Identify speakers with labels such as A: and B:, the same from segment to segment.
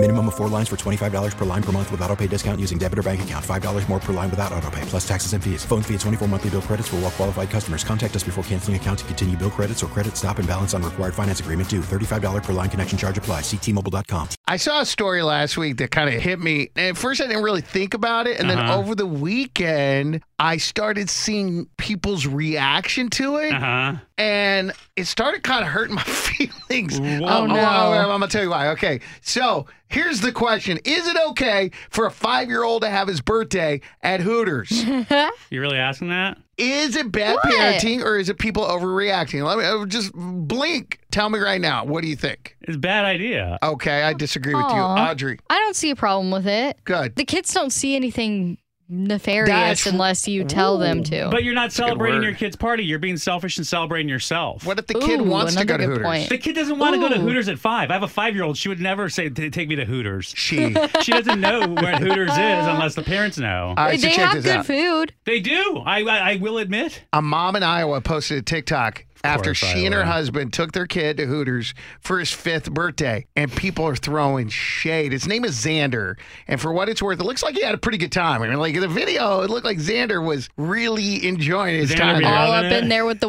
A: Minimum of four lines for $25 per line per month with auto pay discount using debit or bank account. $5 more per line without auto pay, plus taxes and fees. Phone fee at 24 monthly bill credits for all well qualified customers. Contact us before canceling account to continue bill credits or credit stop and balance on required finance agreement due. $35 per line connection charge apply. Ctmobile.com.
B: I saw a story last week that kind of hit me. And at first, I didn't really think about it. And
C: Uh-huh.
B: then over the weekend, I started seeing people's reaction to it.
C: Uh-huh.
B: And it started kind of hurting my feelings.
C: Whoa.
B: Oh,
C: Oh,
B: no.
C: no.
B: I'm going to tell you why. Okay. So here's the question Is it okay for a five year old to have his birthday at Hooters?
C: You really asking that?
B: Is it bad parenting or is it people overreacting? Let me uh, just blink. Tell me right now. What do you think?
C: It's a bad idea.
B: Okay, I disagree with you,
D: Aw.
B: Audrey.
D: I don't see a problem with it.
B: Good.
D: The kids don't see anything nefarious
B: That's-
D: unless you tell them
B: Oh,
D: to.
C: But you're not celebrating
B: word.
C: your kid's party. You're being selfish and celebrating yourself.
B: What if the kid
D: Ooh,
B: wants to go to
D: another good
B: Hooters?
D: point.
C: The kid doesn't want to go to
D: Ooh.
C: Hooters at five. I have a five year old. She would never say, "T- take me to Hooters.
B: She.
C: She doesn't know where Hooters is unless the parents know.
B: All right, so
D: they
B: check
D: have
B: this
D: good
B: out.
D: food.
C: they do. I, I, I will admit.
B: A mom in Iowa posted a TikTok after
C: course I
B: she and her
C: will.
B: husband took their kid to Hooters for his fifth birthday, and people are throwing shade. His name is Xander, and for what it's worth, it looks like he had a pretty good time. I mean, like in the video, it looked like Xander was really enjoying his
C: Xander
B: time.
C: be
B: there.
C: Yeah,
D: All
C: I
D: up
C: know.
D: in there with the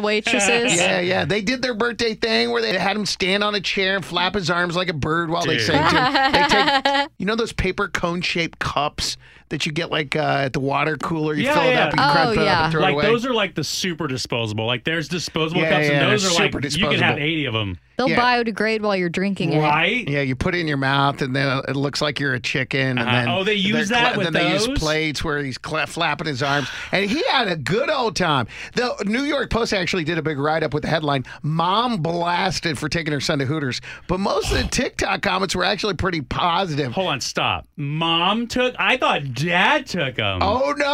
D: waitresses.
B: Yeah, yeah. They did their birthday thing where they had him stand on a chair and flap his arms like a bird while they
C: Dude.
B: sang to him. They take, you know those paper cone shaped cups that you get like uh, at the water cooler? You
C: Yeah,
B: fill it
C: yeah.
B: up, you crunch
D: Oh,
B: it up,
D: yeah.
B: and throw it
C: Like
B: away.
C: those are like the super disposable. Like there's disposable
B: Yeah,
C: cups
B: yeah,
C: and those
B: they're
C: are like
B: super
C: you can have
B: disposable.
C: eighty of them.
D: They'll
B: Yeah.
D: biodegrade while you're drinking it.
C: Right?
B: yeah, you put it in your mouth, and then it looks like you're a chicken. And
C: Uh-huh.
B: then
C: Oh, they use
B: they're
C: that
B: cla-
C: with
B: Then they use
C: those?
B: plates where he's cla flapping his arms, and he had a good old time. The New York Post actually did a big write up with the headline "Mom blasted for taking her son to Hooters," but most of the TikTok comments were actually pretty positive.
C: Hold on, stop. Mom took. I thought Dad took them.
B: Oh no!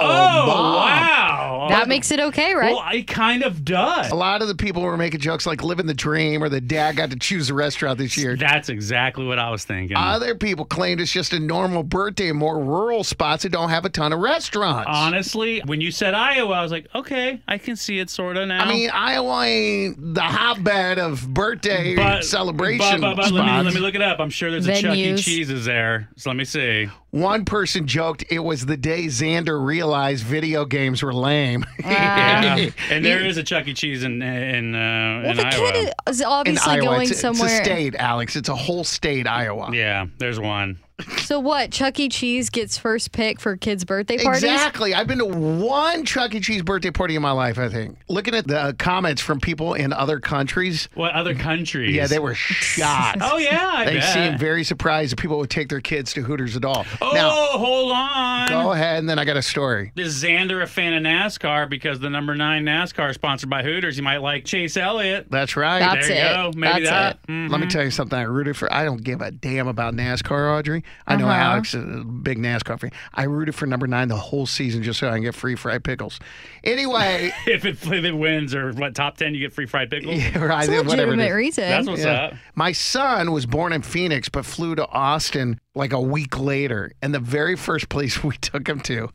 C: Oh,
B: Mom.
C: wow.
D: That makes it okay, right?
C: Well, I kind of does.
B: A lot of the people were making jokes like "living the dream" or "the dad got to choose the restaurant this year."
C: That's exactly what I was thinking.
B: Other people claimed it's just a normal birthday in more rural spots that don't have a ton of restaurants.
C: Honestly, when you said Iowa, I was like, okay, I can see it sort of now.
B: I mean, Iowa ain't the hotbed of birthday celebration
C: Uh, but- but- but
B: spots.
C: let, me, let me look it up. I'm sure there's a Chuck E.
D: Venues. Uh,
C: Cheese's there. So let me see.
B: One person joked it was the day Xander realized video games were lame.
C: Yeah. and there is a Chuck E. Cheese in in, uh,
D: Well,
C: in
D: the
C: Iowa.
D: kid is
B: in
D: obviously
B: Iowa,
D: going
B: it's, it's
D: somewhere.
B: a state, Alex. It's a whole state, Iowa.
C: yeah, there's one.
D: So what? Chuck E. Cheese gets first pick for kids' birthday parties.
B: Exactly. I've been to one Chuck E. Cheese birthday party in my life, I think. Looking at the uh, comments from people in other countries,
C: What other countries?
B: yeah, they were shocked.
C: Oh yeah, I
B: they
C: bet.
B: seemed very surprised that people would take their kids to Hooters at all.
C: Oh,
B: Now,
C: hold on.
B: go ahead, and then I got a story.
C: Is Xander a fan of NASCAR because the number nine NASCAR is sponsored by Hooters? You might like Chase Elliott.
B: That's right.
D: That-
C: There
D: That's
C: you
D: it.
C: go. Maybe
D: That's
C: that.
D: it.
C: Mm.
B: Let me tell you something I rooted for. I don't give a damn about NASCAR, Audrey. I
D: Uh-huh.
B: know Alex is a big NASCAR fan. I rooted for number nine the whole season just so I can get free fried pickles. Anyway,
C: If it, if it wins or what top ten, you get free fried pickles.
B: yeah, right,
D: It's a
B: whatever it
D: legitimate
B: is.
D: reason.
C: That's what's up.
B: My son was born in Phoenix, but flew to Austin like a week later. And the very first place we took him to,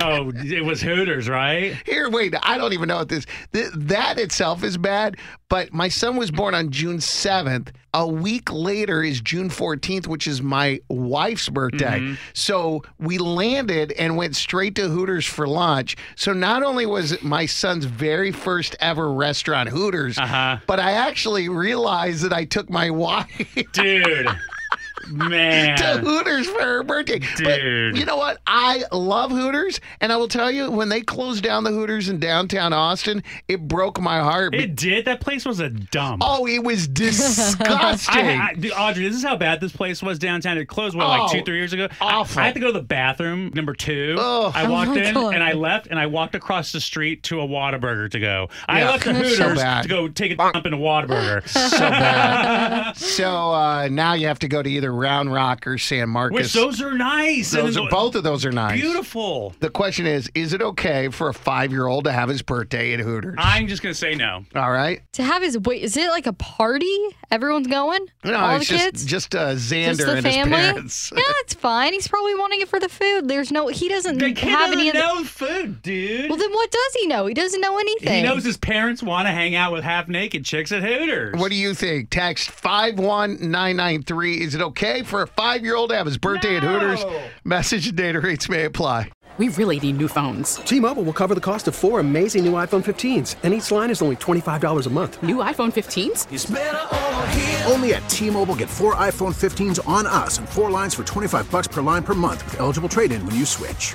C: Oh, it was Hooters, right?
B: here, wait, I don't even know what this, th- that itself is bad. But my son was born on June 7th. A week later is June 14th, which is my wife's birthday. So we landed and went straight to Hooters for lunch. So not only was it my son's very first ever restaurant, Hooters,
C: Uh-huh.
B: but I actually realized that I took my wife.
C: Dude.
B: to
C: Man.
B: Hooters for her birthday.
C: Dude.
B: But you know what? I love Hooters, and I will tell you, when they closed down the Hooters in downtown Austin, it broke my heart.
C: It did. That place was a dump.
B: oh, it was disgusting.
C: I, I, dude, Audrey, this is how bad this place was downtown. It closed what,
B: Oh,
C: like two, three years ago. I-
B: awful.
C: I, had to go to the bathroom, number two.
B: Ugh. Oh
C: I walked
D: my
C: in
D: God.
C: and I left, and I walked across the street to a Whataburger to go. I
B: Yeah.
C: left the
B: So
C: Hooters
B: bad.
C: to go take a dump in a Whataburger.
B: so bad. so uh, now you have to go to either Round Rock or San Marcos.
C: Which those are nice.
B: Those
C: And
B: are, both of those are nice.
C: beautiful.
B: The question is, is it okay for a five-year-old to have his birthday at Hooters?
C: I'm just gonna say no.
B: All right.
D: To have his wait, is it like a party? Everyone's going?
B: No,
D: All
B: it's
D: the
B: just
D: kids?
B: just uh, Xander
D: Just the
B: and
D: family?
B: his parents.
D: Yeah, it's fine. He's probably wanting it for the food. There's no, he doesn't
C: The kid
D: Mm, have any.
C: doesn't
D: of the-
C: know food, dude.
D: Well, then what does he know? He doesn't know anything.
C: he knows his parents want to hang out with half naked chicks at Hooters.
B: What do you think? Text 51993. Is it okay for a five year old to have his birthday at Hooters? Message and data rates may apply.
E: We really need new phones.
F: T-Mobile will cover the cost of four amazing new iPhone 15s, and each line is only $25 a month.
E: New iPhone 15s?
G: Only at T-Mobile get four iPhone 15s on us and four lines for 25 bucks per line per month with eligible trade-in when you switch.